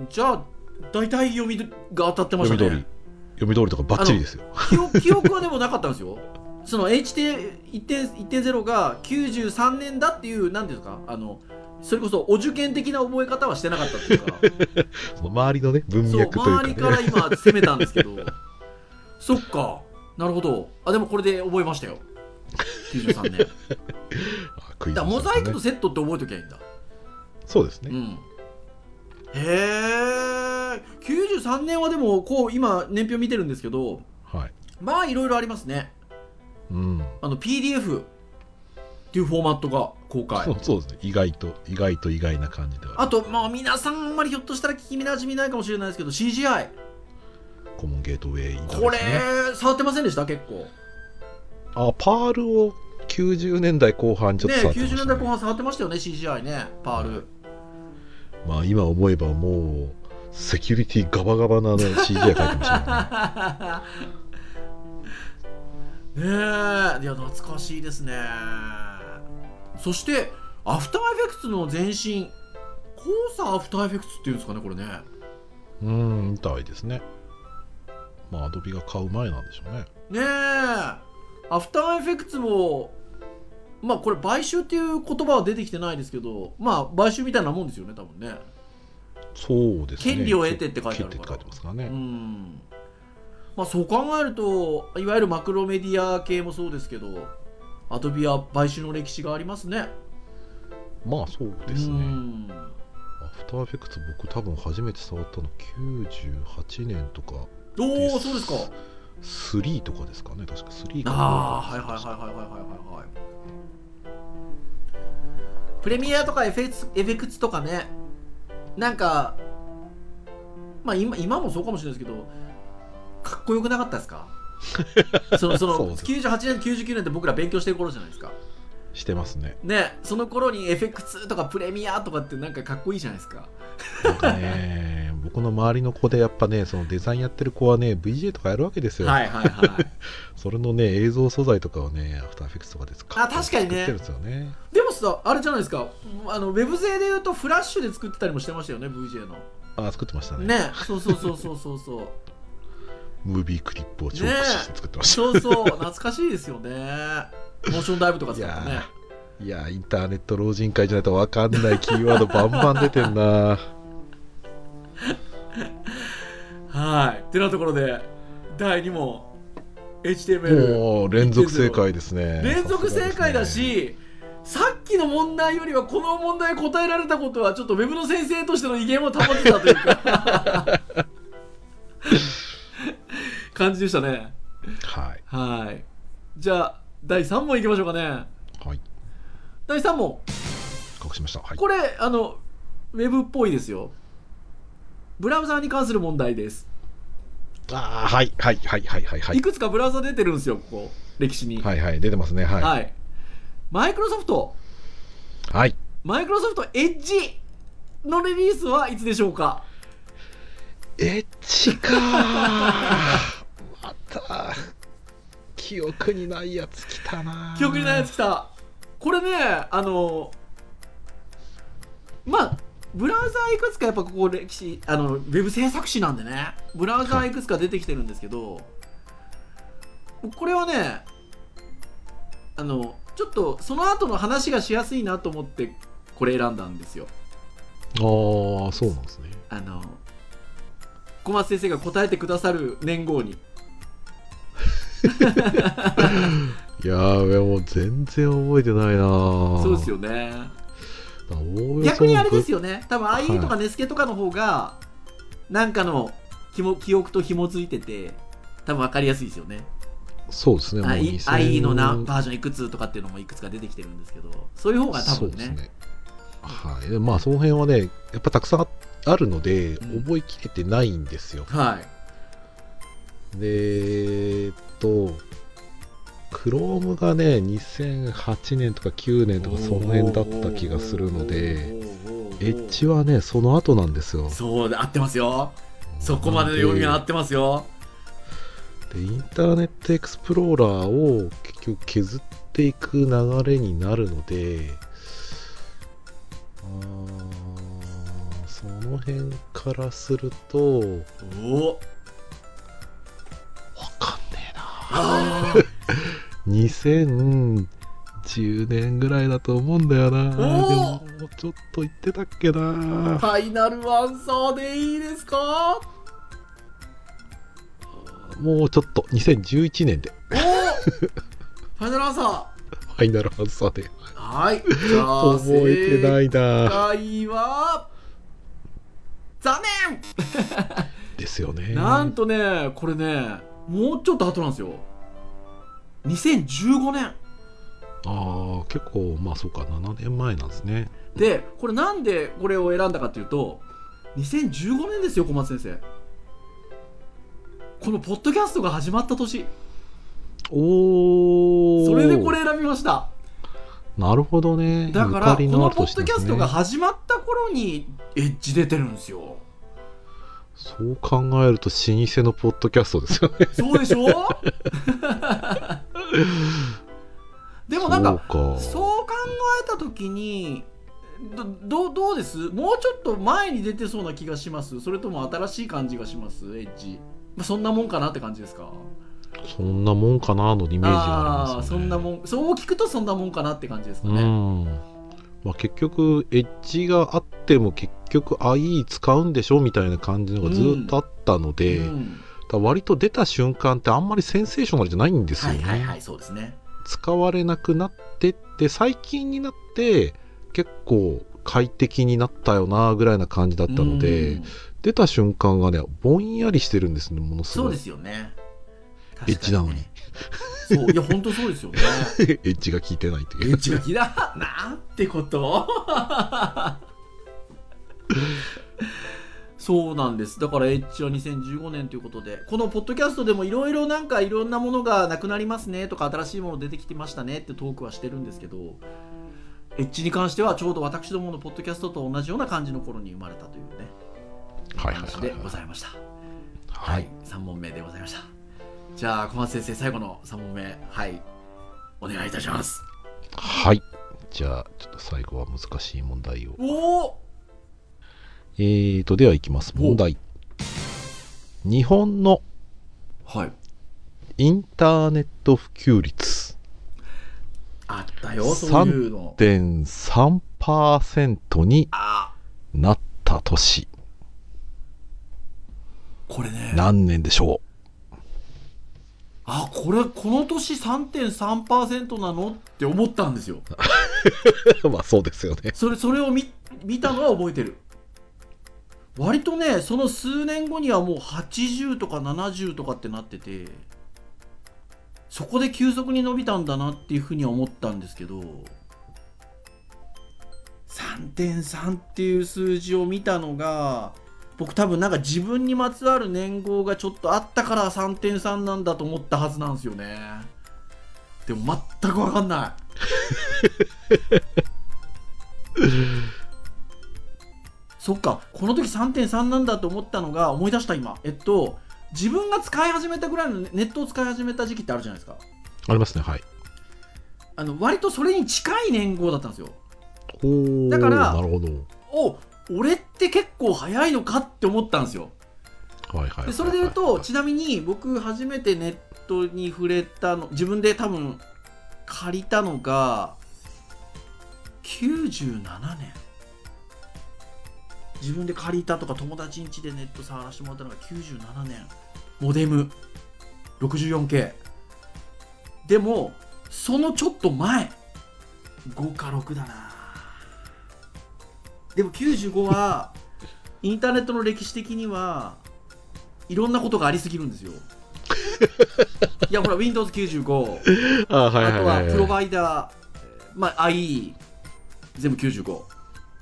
Speaker 3: じゃあ大体読みが当たってまし
Speaker 4: 読
Speaker 3: た
Speaker 4: み通り
Speaker 3: ね
Speaker 4: 読み通りとかバッチリですよ
Speaker 3: 記憶記憶はでもなかったんですよ [laughs] その HT1.0 が93年だっていう何ていうんですかあのそれこそお受験的な覚え方はしてなかったっていうか
Speaker 4: [laughs] その周りのね文
Speaker 3: そう
Speaker 4: 脈というか
Speaker 3: 周
Speaker 4: ね
Speaker 3: りから今攻めたんですけど [laughs] そっかなるほどあでもこれで覚えましたよ93年
Speaker 4: [laughs] あクイズ
Speaker 3: だから
Speaker 4: も
Speaker 3: モ
Speaker 4: そ
Speaker 3: ザ
Speaker 4: うです
Speaker 3: イクとセットって覚えときゃいいんだ
Speaker 4: そうです
Speaker 3: う
Speaker 4: ね、
Speaker 3: んへえ93年はでもこう今年表見てるんですけど
Speaker 4: はい、
Speaker 3: まあいろいろありますね
Speaker 4: うん
Speaker 3: あの PDF っていうフォーマットが公
Speaker 4: そう
Speaker 3: 開
Speaker 4: そうですね意外と意外と意外な感じではあ
Speaker 3: あとまあ皆さんあんまりひょっとしたら聞きなじみないかもしれないですけど CGI
Speaker 4: るコモンゲートウェイインターネッ
Speaker 3: こ
Speaker 4: ト
Speaker 3: れ
Speaker 4: ですね
Speaker 3: 触ってませんでした結構
Speaker 4: あパールを90年代後半ちょっ
Speaker 3: ね
Speaker 4: と触ってま
Speaker 3: 90
Speaker 4: し
Speaker 3: 年
Speaker 4: たね
Speaker 3: 代後半触ってましたよね CGI ねパール、
Speaker 4: まあ今思えばもうセキュリティガバガ
Speaker 3: [laughs]
Speaker 4: バな、ね、CG が書いてましたね
Speaker 3: [laughs] ねえいや懐かしいですねそしてアフターエフェクツの前身コーサーアフターエフェクツっていうんですかねこれね
Speaker 4: うんみたいですねまあアドビが買う前なんでしょうね
Speaker 3: ねえアフターエフェクツもまあこれ買収っていう言葉は出てきてないですけどまあ買収みたいなもんですよね多分ね
Speaker 4: そうですね
Speaker 3: 権利を得てって書いてある
Speaker 4: 権利って
Speaker 3: か
Speaker 4: 書
Speaker 3: ら
Speaker 4: いてますから
Speaker 3: う
Speaker 4: ね、
Speaker 3: んまあそう考えるといわゆるマクロメディア系もそうですけどアドビは買収の歴史がありますね
Speaker 4: まあそうです
Speaker 3: う
Speaker 4: ね
Speaker 3: ん
Speaker 4: アフターエフェクツ僕多分初めて触ったの98年とか
Speaker 3: おおそうですか
Speaker 4: 3とかですかね確か3か
Speaker 3: ああはいはいはいはいはいはいはいはいプレミアとかエフェクツエフェクツとかねなんかまあ今今もそうかもしれないですけどかっこよくなかった
Speaker 4: [laughs]
Speaker 3: ですかそのそ
Speaker 4: そう
Speaker 3: の
Speaker 4: です
Speaker 3: 98年99年って僕ら勉強してる頃じゃないですか
Speaker 4: してますね
Speaker 3: ねその頃にエフェクツとかプレミアとかってなんかかっこいいじゃないですか
Speaker 4: なんか
Speaker 3: [laughs]
Speaker 4: ね僕の周りの子でやっぱねそのデザインやってる子はね VJ とかやるわけですよ、
Speaker 3: はいはいはい
Speaker 4: それのね映像素材とかをねアフターエフェクツとかで使って
Speaker 3: あ確かにね
Speaker 4: 作ってるんですよね
Speaker 3: でもさあれじゃないですかあのウェブ勢でいうとフラッシュで作ってたりもしてましたよね VJ の
Speaker 4: あ作ってましたね
Speaker 3: ねそうそうそうそうそうそう
Speaker 4: ムービークリップをチョークして作ってました、
Speaker 3: そうそう、懐かしいですよね。モーションダイブとか使って
Speaker 4: い
Speaker 3: ね
Speaker 4: や。いやーインターネット老人会じゃないと分かんないキーワードバンバン出て
Speaker 3: [laughs]
Speaker 4: んな
Speaker 3: はい。てなところで、第2問、HTML。
Speaker 4: もう連続正解ですね
Speaker 3: 連続正解だし、さっきの問題よりはこの問題答えられたことはちょっとウェブの先生としての威厳を保ってたというか
Speaker 4: [laughs]
Speaker 3: 感じでしたね
Speaker 4: はい
Speaker 3: はいじゃあ第3問いきましょうかね
Speaker 4: はい
Speaker 3: 第3問
Speaker 4: 隠しましたはい
Speaker 3: これあのウェブっぽいですよブラウザーに関する問題です、、
Speaker 4: あーはいはいはいはいはいはいい
Speaker 3: くつかブラウザー出てるんですよここ歴史には
Speaker 4: はいはい出てますね
Speaker 3: い、
Speaker 4: はい
Speaker 3: マイクロソフト
Speaker 4: はい
Speaker 3: マイクロソフトエッジのリリースはいつでしょうか
Speaker 4: エッチかー [laughs] また記憶にないやつきたなー
Speaker 3: 記憶にないやつきたこれねあのまあブラウザーいくつかやっぱここ歴史あのウェブ制作史なんでねブラウザーいくつか出てきてるんですけど、これはねあのちょっとその後の話がしやすいなと思ってこれ選んだんですよ
Speaker 4: ああそうなんですね
Speaker 3: あの小松先生が答えてくださる年号に
Speaker 4: やべもう全然覚えてないなー
Speaker 3: そうですよね
Speaker 4: だからおおよそ
Speaker 3: 逆にあれです
Speaker 4: よ
Speaker 3: よね多分 IE とかネスケとかの方がなんかのひも記憶と紐づいてて多分分かりやすいですよね
Speaker 4: そうですねもう
Speaker 3: IE
Speaker 4: 2000
Speaker 3: IE のなバージョンいくつとかっていうのもいくつか出てきてるんですけどそういう方が多
Speaker 4: そう
Speaker 3: 分
Speaker 4: です
Speaker 3: ね
Speaker 4: ねはいでまあその辺はねやっぱたくさんあるので、
Speaker 3: うん
Speaker 4: 覚えきれてないんですよ
Speaker 3: はい
Speaker 4: でえーっと Chrome がね2008年とか9年とかその辺だった気がするのでエッジはねその後なんですよ
Speaker 3: そう合ってますよそこまでの読みが合ってますよ
Speaker 4: でインターネットエクスプローラーを結局削っていく流れになるのであーその辺からすると分
Speaker 3: おお
Speaker 4: かんねえな
Speaker 3: あ
Speaker 4: 2010年ぐらいだと思うんだよなで
Speaker 3: お
Speaker 4: ももうちょっと言ってたっけ
Speaker 3: ー
Speaker 4: な
Speaker 3: ファイナルアンサーでいいですか
Speaker 4: もうちょっと2011年で
Speaker 3: おおファイナルアンサ
Speaker 4: ファイナルアンサーで
Speaker 3: ーはいじゃあ
Speaker 4: 覚えてないな
Speaker 3: 回は残念
Speaker 4: ですよね
Speaker 3: なんとねこれねもうちょっと後なんですよ2015年
Speaker 4: ああ結構まあそうか7年前なんですね
Speaker 3: でこれなんでこれを選んだかというと2015年ですよ小松先生このポッドキャストが始まった年
Speaker 4: おお
Speaker 3: それでこれ選びました
Speaker 4: なるほどね
Speaker 3: だか
Speaker 4: ゆ
Speaker 3: らこ
Speaker 4: り
Speaker 3: の
Speaker 4: ある
Speaker 3: ポッド
Speaker 4: とし
Speaker 3: キ
Speaker 4: て
Speaker 3: ャ
Speaker 4: ます
Speaker 3: ス
Speaker 4: ね
Speaker 3: トが始まった頃にエッジ出てるんですよ
Speaker 4: そう考えると老舗のポッドキャストですよね
Speaker 3: そうでしょ
Speaker 4: [laughs]
Speaker 3: でもなんか
Speaker 4: そうか
Speaker 3: そう考えた時にどどうどうですもうちょっと前に出てそうな気がしますそれとも新しい感じがしますエッジ、まあ、そんなもんかなって感じですか
Speaker 4: そんなもんかなのイメージがあり
Speaker 3: あ
Speaker 4: ま
Speaker 3: ー
Speaker 4: す
Speaker 3: そ
Speaker 4: よね
Speaker 3: んなもんそう聞くとそんなもんかなって感じですか
Speaker 4: う
Speaker 3: ね、
Speaker 4: んまあ、結局エッジがあっても結局 IE 使うんでしょみたいな感じのがずっとあったので、
Speaker 3: うん
Speaker 4: だから割と出た瞬間ってあんまりセンセーショナルじゃないんですよ
Speaker 3: はい
Speaker 4: ね、
Speaker 3: はいはいそうですね
Speaker 4: 使われなくなってって最近になって結構快適になったよなぐらいな感じだったので、
Speaker 3: うん
Speaker 4: 出た瞬間がねぼんやりしてるんですねものす
Speaker 3: そう
Speaker 4: ごい
Speaker 3: ですよね
Speaker 4: エッジなのに
Speaker 3: 確かにねそういや本当そうですよね
Speaker 4: [laughs] エッジが効いてないって
Speaker 3: エ
Speaker 4: い
Speaker 3: ッ
Speaker 4: う
Speaker 3: ジがきだ [laughs] なんてこと [laughs] そうなんですだからエッジは2015年ということでこのポッドキャストでもいろいろなんかいろんなものがなくなりますねとか新しいもの出てきてましたねってトークはしてるんですけどエッジに関してはちょうど私どものポッドキャストと同じような感じの頃に生まれたというね
Speaker 4: はいはい
Speaker 3: 話
Speaker 4: はい
Speaker 3: でございました
Speaker 4: はい、はい、
Speaker 3: 3問目でございましたじゃあ小松先生最後の3問目はいお願いいたします
Speaker 4: はい、じゃあちょっと最後は難しい問題を
Speaker 3: おお
Speaker 4: えーとではいきます
Speaker 3: お
Speaker 4: 問題日本の
Speaker 3: はい
Speaker 4: インターネット普及率
Speaker 3: あったよ、そういうの。
Speaker 4: 0.3%に
Speaker 3: あ
Speaker 4: なった年
Speaker 3: これね。
Speaker 4: 何年でしょ
Speaker 3: あ、これ、この年3.3%なのって思ったんですよ。 [laughs]
Speaker 4: うまあそうですよね
Speaker 3: それ、それを見、見たのは覚えてる。割とね、その数年後にはもう80とか70とかってなってて、そこで急速に伸びたんだなっていうふうには思ったんですけど、3.3っていう数字を見たのが僕多分なんか自分にまつわる年号がちょっとあったから3.3なんだと思ったはずなんですよねでも全く分かんないそっかこの時3.3なんだと思ったのが思い出した今えっと自分が使い始めたぐらいのネットを使い始めた時期ってあるじゃないですか
Speaker 4: ありますねはい
Speaker 3: あの割とそれに近い年号だったんですよ
Speaker 4: お
Speaker 3: だから
Speaker 4: なるほど
Speaker 3: お俺って結構早いのかって思ったんですよ
Speaker 4: はいはいはいはい
Speaker 3: でそれで言うとちなみに僕初めてネットに触れたの自分で多分借りたのが97年自分で借りたとか友達ん家でネット触らせてもらったのが97年モデム 64K でもそのちょっと前5か6だなでも95はインターネットの歴史的にはいろんなことがありすぎるん
Speaker 4: [laughs]
Speaker 3: ですよいやほら Windows95
Speaker 4: あはい
Speaker 3: あ
Speaker 4: はい
Speaker 3: と
Speaker 4: は
Speaker 3: はいプロバイダー、まあ、IE 全部95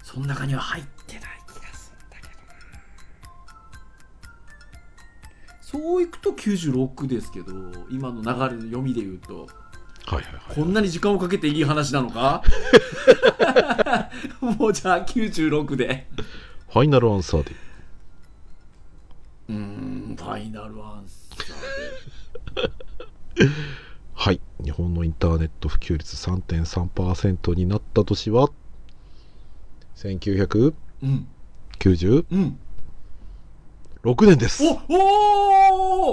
Speaker 3: その中には入ってない気がするんだけどなそういくと96ですけど今の流れの読みで言うと
Speaker 4: はいはい
Speaker 3: こんなに時間をかけていい話なの
Speaker 4: [laughs]
Speaker 3: かもうじゃあ96で
Speaker 4: ファイナルアンサーで
Speaker 3: うーんファイナルアンサー
Speaker 4: はい日本のインターネット普及率3.3%になった年は1996
Speaker 3: でうんうん
Speaker 4: 年です
Speaker 3: お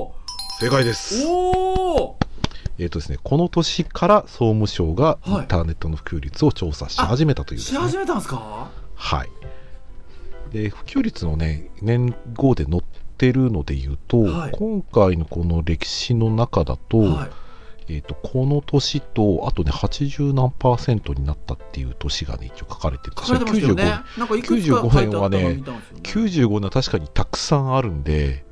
Speaker 3: おー
Speaker 4: 正解です
Speaker 3: おー
Speaker 4: えっ、とですねこの年から総務省がイ
Speaker 3: はい
Speaker 4: ンターネットの普及率を調査し始めたというです
Speaker 3: し
Speaker 4: ね、
Speaker 3: 始めたんですか
Speaker 4: はいで普及率のね年号で載ってるので言うと、
Speaker 3: はい
Speaker 4: 今回のこの歴史の中だと,、
Speaker 3: はい
Speaker 4: えー、とこの年とあとね80何パーセントになったっていう年がね一応書かれてるんで
Speaker 3: 書
Speaker 4: す
Speaker 3: かれてましたよね
Speaker 4: 95。
Speaker 3: なんかいくつか書いてあったのを見たん
Speaker 4: 95
Speaker 3: ですよね。
Speaker 4: 95年は確かにたくさんあるんで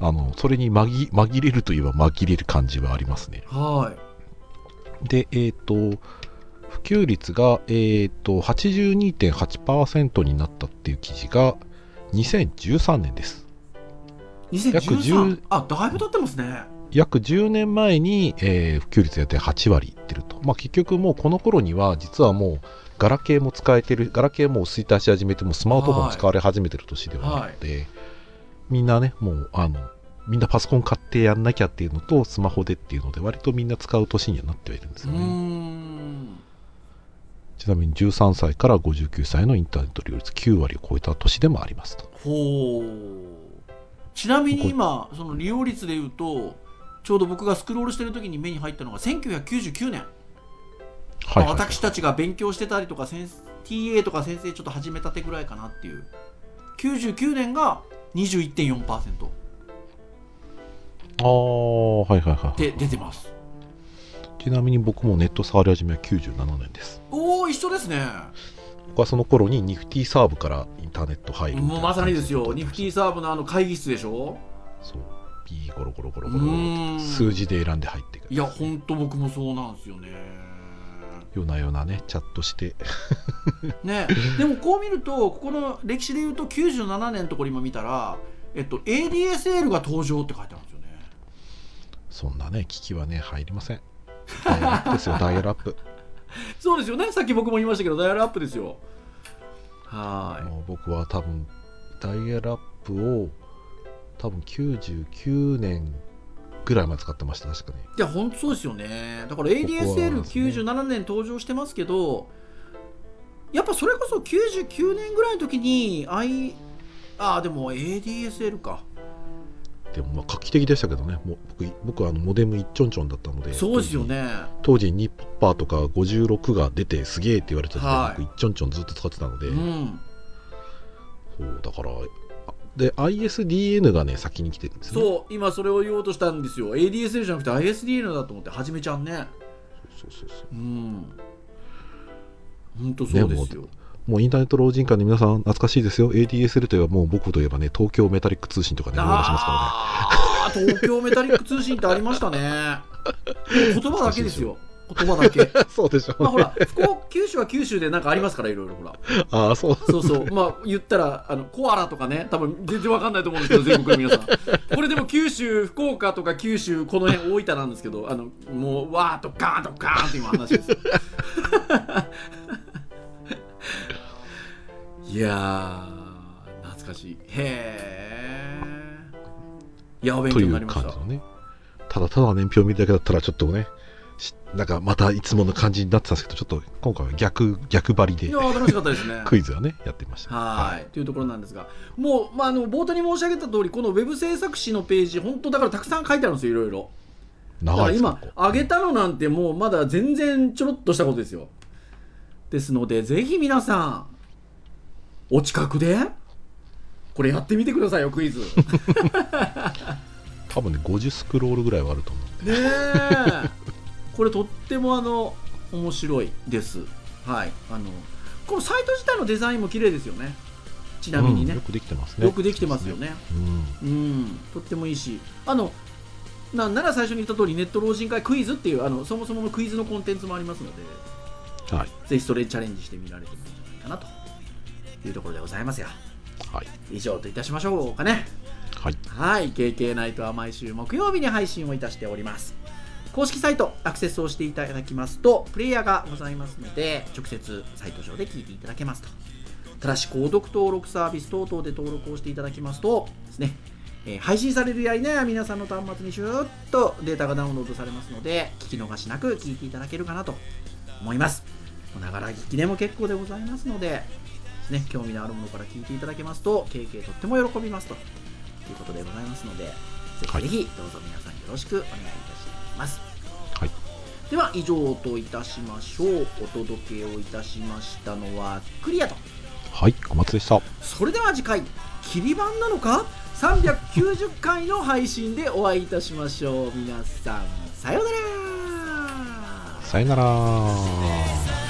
Speaker 4: あのそれに紛紛れるといえば紛れる感じはありますね
Speaker 3: は
Speaker 4: で、えっ、と、普及率が、えっ、と、82.8%になったっていう記事が、2013年です。
Speaker 3: い。
Speaker 4: 約
Speaker 3: 2013
Speaker 4: 10
Speaker 3: あだいぶ経ってますね。
Speaker 4: 約10年前に、えー普及率やって8割いってると。まあ、結局もうこの頃には、実はもう、ガラケーも使えてる、ガラケーも衰退し始めて、もうスマートフォンも使われ始めてる年ではあって、みんなね、もう、あの、みんなパソコン買ってやんなきゃっていうのと、スマホでっていうので、割とみんな使う年にはなってはいるんです
Speaker 3: うー
Speaker 4: よね。
Speaker 3: ん。
Speaker 4: じちなみに13歳から59歳のインターネット利用率9割を超えた年でもありますと。
Speaker 3: ほうちなみに今その利用率でいうとちょうど僕がスクロールしてる時に目に入ったのが1999年、
Speaker 4: はい、
Speaker 3: まあ
Speaker 4: はい。
Speaker 3: 私たちが勉強してたりとか先 TA とか先生ちょっと始めたてぐらいかなっていう99年が21.4%
Speaker 4: ああ、はいはいはい
Speaker 3: で
Speaker 4: は
Speaker 3: 出てます
Speaker 4: い。ちなみに僕もネット触り始めは97年です。
Speaker 3: おお一緒ですね
Speaker 4: 僕はその頃にニフティサーブからインターネット入るみた
Speaker 3: も
Speaker 4: いうな
Speaker 3: まさ
Speaker 4: 感
Speaker 3: に
Speaker 4: じ
Speaker 3: ですよニフティサーブのあの会議室でしょ
Speaker 4: そう。B ゴロゴロゴ
Speaker 3: う
Speaker 4: ロゴロゴロって
Speaker 3: ーん
Speaker 4: 数字で選んで入っていく
Speaker 3: いやほんと僕もそうなんですよね
Speaker 4: よなよなねチャットして
Speaker 3: ね、でもこう見るとここの歴史でいうと97年のところ今見たら、えっと、ADSL が登場って書いてあるんですよね
Speaker 4: そんなね機器はね入りませんダイヤルアップですよダイヤルアッ
Speaker 3: [laughs]
Speaker 4: プ
Speaker 3: そうですよねさっき僕も言いましたけどダイヤルアップですよは
Speaker 4: もう僕は多分ダイヤルアップを多分99年ぐらいまで使ってました確かに
Speaker 3: いいや本当そうですよねだから
Speaker 4: なんですね
Speaker 3: ADSL97 年登場してますけどやっぱそれこそ99年ぐらいの時に I ああでも ADSL か
Speaker 4: でもまあ画期的でしたけどねもう僕僕はあのモデム一ちょんちょんだったので
Speaker 3: そうですよね
Speaker 4: 当時にポッパーとか56が出てすげえって言われてた時、
Speaker 3: はい
Speaker 4: 僕一ちょんちょんずっと使ってたので、
Speaker 3: うん
Speaker 4: そうだからあで ISDN がね先に来てるんですね
Speaker 3: そう今それを言おうとしたんですよ ADSL じゃなくて ISDN だと思ってはじめちゃんね
Speaker 4: そうそうそう
Speaker 3: うん本当そうですよ、
Speaker 4: もうインターネット老人会の皆さん懐かしいですよ ADSL といえばもう僕といえばね東京メタリック通信とかね思い出しますからね
Speaker 3: ああー東京メタリック通信ってありましたね言葉だけですよ言葉だけ
Speaker 4: [laughs] そうでしょう
Speaker 3: まあ
Speaker 4: ね
Speaker 3: ほら福岡九州は九州でなんかありますからいろいろほら
Speaker 4: ああそう
Speaker 3: そうそうまあ言ったらあのコアラとかね多分全然わかんないと思うんですけ
Speaker 4: [laughs]
Speaker 3: ど全国の皆さんこれでも九州福岡とか九州この辺大分なんですけどあのもうわーっとガーンとガーンって今話
Speaker 4: [laughs]
Speaker 3: ですよいやー懐かしいへえいやお勉
Speaker 4: と
Speaker 3: 強
Speaker 4: い
Speaker 3: になり
Speaker 4: う
Speaker 3: まし
Speaker 4: 感
Speaker 3: た
Speaker 4: じのねただただ年表見るだけだったらちょっとねしなんかまたいつもの感じになってたんですけどちょっと今回は逆逆張り
Speaker 3: い
Speaker 4: で
Speaker 3: やー楽しかった
Speaker 4: [laughs]
Speaker 3: ですね
Speaker 4: クイズはねやってみました
Speaker 3: はい、というところなんですが、もう、まあ、あの冒頭に申し上げた通り、このウェブ制作誌のページ、本当だからたくさん書いてあるんですよ、いろいろ。だか
Speaker 4: 長
Speaker 3: ら
Speaker 4: いです
Speaker 3: 今、上げたのなんてもうまだ全然ちょろっとしたことですよ。ですので、ぜひ皆さん、お近くで、これやってみてくださいよ、ク
Speaker 4: [laughs]
Speaker 3: イズ。ね
Speaker 4: 多分ね50スクロールぐらいはあると思うんで
Speaker 3: え。これとってもあの、面白いです。はい。あの、このサイト自体のデザインも綺麗ですよね。ちなみに
Speaker 4: うん
Speaker 3: ね
Speaker 4: よ、くできてますね
Speaker 3: よくできてますよね。
Speaker 4: うん
Speaker 3: うん、とってもいいし、あの、なんなら最初に言った通り、ネット老人会クイズっていう、あのそもそものクイズのコンテンツもありますので、
Speaker 4: はい
Speaker 3: ぜひそれにチャレンジしてみられてもいいんじゃないかなというところでございますよ。
Speaker 4: はい
Speaker 3: 以上といたしましょうかね。
Speaker 4: はい
Speaker 3: はい、KK ナイトは毎週木曜日に配信をいたしております。公式サイトアクセスをしていただきますとプレイヤーがございますので直接サイト上で聞いていただけますとただし購読登録サービス等々で登録をしていただきますとですね、えー配信されるやいなや皆さんの端末にシューッとデータがダウンロードされますので聞き逃しなく聞いていただけるかなと思いますおながら聞きでも結構でございますのでですね、興味のあるものから聞いていただけますと KK とっても喜びますとということでございますので、ぜひぜひどうぞ皆さんよろしくお願いいたします。
Speaker 4: はい
Speaker 3: では以上といたしましょう。お届けをいたしましたのはクリアと。
Speaker 4: はい小松でした
Speaker 3: それでは次回、切り版なのか ?390 回の配信でお会いいたしましょう。皆さん、さようなら
Speaker 4: さよなら